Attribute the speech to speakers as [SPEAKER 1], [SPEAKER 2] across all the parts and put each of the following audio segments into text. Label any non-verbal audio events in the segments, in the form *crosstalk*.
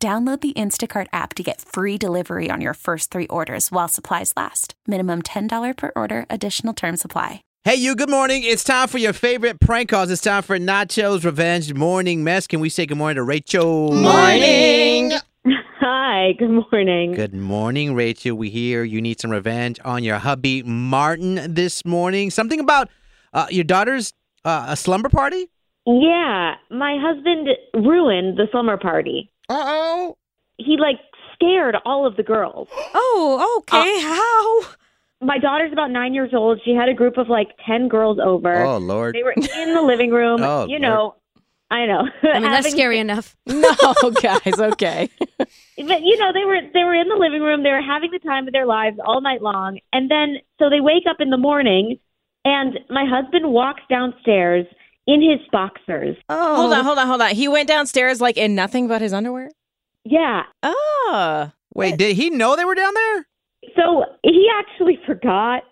[SPEAKER 1] Download the Instacart app to get free delivery on your first three orders while supplies last. Minimum $10 per order, additional term supply.
[SPEAKER 2] Hey, you, good morning. It's time for your favorite prank calls. It's time for Nacho's Revenge Morning Mess. Can we say good morning to Rachel?
[SPEAKER 3] Morning. Hi, good morning.
[SPEAKER 2] Good morning, Rachel. We hear you need some revenge on your hubby, Martin, this morning. Something about uh, your daughter's uh, a slumber party?
[SPEAKER 3] Yeah, my husband ruined the slumber party.
[SPEAKER 2] Uh oh.
[SPEAKER 3] He like scared all of the girls.
[SPEAKER 4] Uh,
[SPEAKER 5] Oh, okay. How?
[SPEAKER 3] My daughter's about nine years old. She had a group of like 10 girls over.
[SPEAKER 2] Oh, Lord.
[SPEAKER 3] They were in the living room.
[SPEAKER 2] Oh,
[SPEAKER 3] you know, I know.
[SPEAKER 5] I mean, that's
[SPEAKER 3] Having-
[SPEAKER 5] scary *laughs* enough.
[SPEAKER 4] No, guys, okay.
[SPEAKER 3] But you know, they were they were in the living room. They were having the time of their lives all night long, and then so they wake up in the morning, and my husband walks downstairs in his boxers.
[SPEAKER 5] Oh,
[SPEAKER 4] *laughs* Hold on, hold on, hold on. He went downstairs like in nothing but his underwear.
[SPEAKER 3] Yeah,
[SPEAKER 5] Ah.
[SPEAKER 4] Oh,
[SPEAKER 2] Wait, did he know they were down there?
[SPEAKER 3] so he actually *laughs* forgot,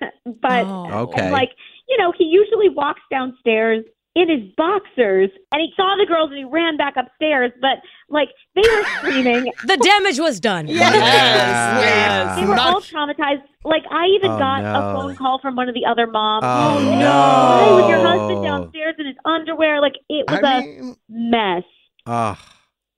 [SPEAKER 3] but
[SPEAKER 4] Oh.
[SPEAKER 2] Okay.
[SPEAKER 3] and like you know, he usually walks downstairs in his boxers, and he saw the girls and he ran back upstairs, but like they were
[SPEAKER 2] *laughs*
[SPEAKER 3] screaming.
[SPEAKER 5] The damage was done.
[SPEAKER 4] Yes,
[SPEAKER 2] Yeah.
[SPEAKER 4] yes.
[SPEAKER 3] They were all traumatized. Like I even
[SPEAKER 2] Uh-huh. Oh,
[SPEAKER 3] got
[SPEAKER 2] no.
[SPEAKER 3] a phone call from one of the other moms.
[SPEAKER 2] Oh,
[SPEAKER 3] Hey,
[SPEAKER 2] no. Oh.
[SPEAKER 3] Hey, with your husband downstairs in his underwear, like it was a mess.
[SPEAKER 2] Oh,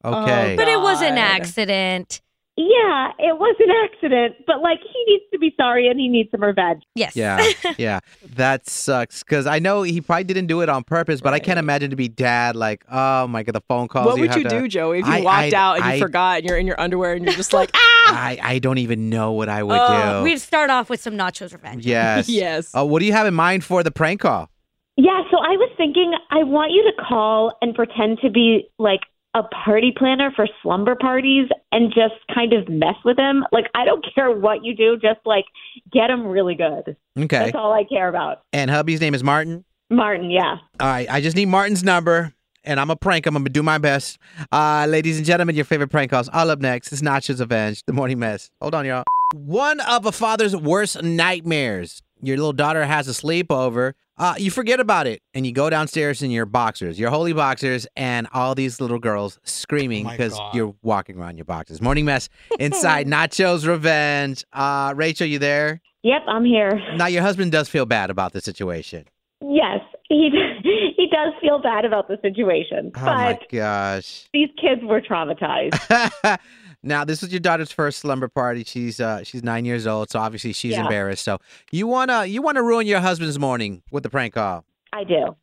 [SPEAKER 2] okay.
[SPEAKER 3] Oh,
[SPEAKER 5] But it was an
[SPEAKER 4] God.
[SPEAKER 5] accident.
[SPEAKER 3] Yeah, it was an accident, but like he needs to be sorry and he needs some revenge.
[SPEAKER 5] Yes. *laughs*
[SPEAKER 2] Yeah, yeah, that sucks. Because I know he probably didn't do it on purpose, but I can't imagine to be dad. Like, oh my god, the phone calls.
[SPEAKER 4] What would
[SPEAKER 2] have
[SPEAKER 4] you
[SPEAKER 2] to-
[SPEAKER 4] do, Joey, if you
[SPEAKER 2] I-
[SPEAKER 4] walked
[SPEAKER 2] I'd-
[SPEAKER 4] out and you
[SPEAKER 2] I'd-
[SPEAKER 4] forgot and you're in your underwear and you're just like,
[SPEAKER 2] I I don't even know what I would
[SPEAKER 4] Oh,
[SPEAKER 2] do.
[SPEAKER 5] We'd start off with some nachos revenge. *laughs*
[SPEAKER 4] ah,
[SPEAKER 2] Yes.
[SPEAKER 4] yes.
[SPEAKER 2] Oh, what do you have in mind for the prank call?
[SPEAKER 3] Yeah, so I was thinking I want you to call and pretend to be like a party planner for slumber parties and just kind of mess with him. Like I don't *laughs* care what you do, just like get him really good.
[SPEAKER 2] Okay.
[SPEAKER 3] That's all I care about.
[SPEAKER 2] And hubby's name is Martin.
[SPEAKER 3] Martin, yeah.
[SPEAKER 2] All right. I just need Martin's number, and I'm a prank. him. I'm gonna do my best. Uh, ladies and gentlemen, your favorite prank calls. All up next is Nacho's Avenge, the morning mess. Hold on, y'all. One of a father's worst nightmares. Your little daughter has a sleepover. Uh, you forget about it, and you go downstairs in your boxers, your holy boxers, and all these little girls screaming because you're walking around your boxers. Morning mess inside Nacho's Revenge. Uh, Rachel, you there?
[SPEAKER 3] Yep, I'm here.
[SPEAKER 2] Now your husband does feel bad about the situation.
[SPEAKER 3] Yes, he *laughs* he does feel bad about the situation,
[SPEAKER 2] Oh my
[SPEAKER 3] but
[SPEAKER 2] gosh.
[SPEAKER 3] these kids
[SPEAKER 2] *laughs*
[SPEAKER 3] were traumatized.
[SPEAKER 2] now this was your daughter's first slumber party. She's uh she's nine years old, so obviously she's
[SPEAKER 3] Yeah.
[SPEAKER 2] embarrassed. So you wanna you wanna ruin your husband's morning with the prank call.
[SPEAKER 3] I do.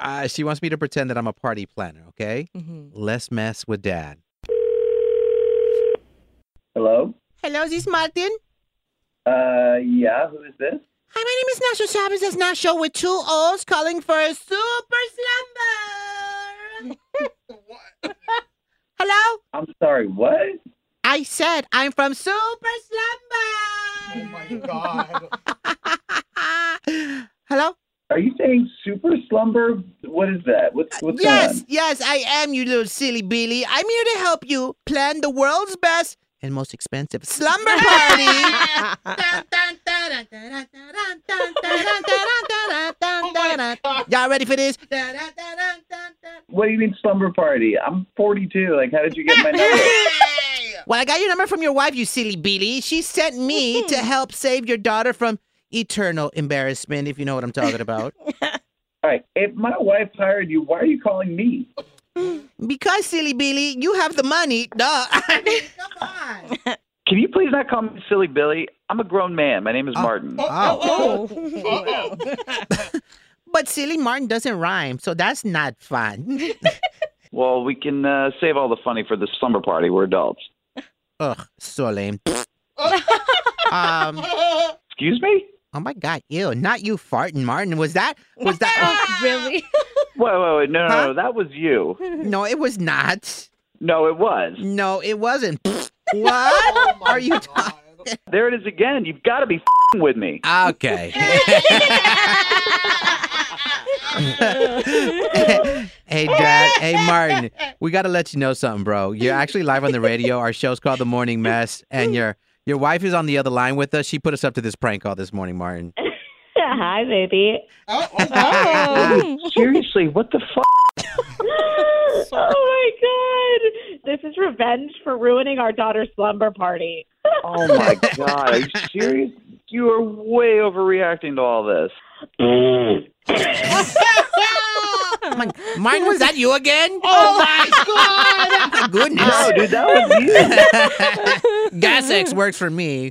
[SPEAKER 2] Uh, she wants me to pretend that I'm a party planner. Okay,
[SPEAKER 5] Mm-hmm.
[SPEAKER 4] Mhm.
[SPEAKER 2] let's mess with dad.
[SPEAKER 6] Hello.
[SPEAKER 2] Hello, is this Martin?
[SPEAKER 6] Uh, yeah. Who is this?
[SPEAKER 2] Hi, my name is Nacho Chavez. That's Nacho with two O's calling for a super slumber. *laughs* Hello?
[SPEAKER 6] I'm sorry. What?
[SPEAKER 2] I said I'm from Super Slumber. Oh my god. *laughs* Hello?
[SPEAKER 6] Are you saying super slumber? What is that? What's what's
[SPEAKER 2] Uh, yes,
[SPEAKER 6] going
[SPEAKER 2] yes, I am you little silly Billy. I'm here to help you plan the world's best and most expensive slumber
[SPEAKER 4] *laughs*
[SPEAKER 2] party. Y'all ready for this?
[SPEAKER 6] on? What do you mean slumber party? I'm 42. Like, how did you get
[SPEAKER 2] *laughs*
[SPEAKER 6] my number?
[SPEAKER 2] Well, I got your number from your wife, you silly Billy. She sent me
[SPEAKER 4] *laughs*
[SPEAKER 2] to help save your daughter from eternal embarrassment, if you know what I'm talking
[SPEAKER 4] *laughs*
[SPEAKER 2] about.
[SPEAKER 6] All right. If my wife hired you, why are you calling me?
[SPEAKER 2] Because, silly Billy, you have the money.
[SPEAKER 4] *laughs*
[SPEAKER 2] Duh. I mean, come on.
[SPEAKER 6] Can you please not call me silly Billy? I'm a grown man. My name
[SPEAKER 2] Uh,
[SPEAKER 6] is Martin.
[SPEAKER 4] Oh.
[SPEAKER 2] *laughs* But silly Martin doesn't rhyme, so that's not
[SPEAKER 4] *laughs*
[SPEAKER 2] fun.
[SPEAKER 6] Well, we can uh, save all the funny for the slumber party. We're adults.
[SPEAKER 2] Ugh, so
[SPEAKER 4] *laughs*
[SPEAKER 2] lame. um,
[SPEAKER 6] Excuse me?
[SPEAKER 2] oh my God, ew, not you farting, Martin. Was that, was that, *laughs*
[SPEAKER 4] *laughs*
[SPEAKER 5] Really?
[SPEAKER 6] Whoa, whoa, wait, no, no,
[SPEAKER 2] Huh?
[SPEAKER 6] no, that was you.
[SPEAKER 2] no, it was not.
[SPEAKER 6] No, it was.
[SPEAKER 2] No, it *laughs* wasn't. what are you talking?
[SPEAKER 6] There it is again. You've got to be fing with me.
[SPEAKER 2] *laughs* Okay. hey Dad, hey Martin, we got to let you know something, bro. You're actually live on the radio. Our show's called The Morning Mess, and your your wife is on the other line with us. She put us up to this prank call this morning, *laughs* Martin.
[SPEAKER 3] Hi, baby.
[SPEAKER 2] *laughs* Oh.
[SPEAKER 5] *laughs*
[SPEAKER 6] Seriously, what the fuck?
[SPEAKER 3] oh my god. This is revenge for ruining our daughter's slumber party.
[SPEAKER 6] *laughs* Oh my god, are you serious? You are way overreacting to all this.
[SPEAKER 2] Martin, was that you again? Oh *laughs* my god!
[SPEAKER 6] No,
[SPEAKER 2] Goodness.
[SPEAKER 6] Oh, dude, that was you.
[SPEAKER 2] Gas X works for me.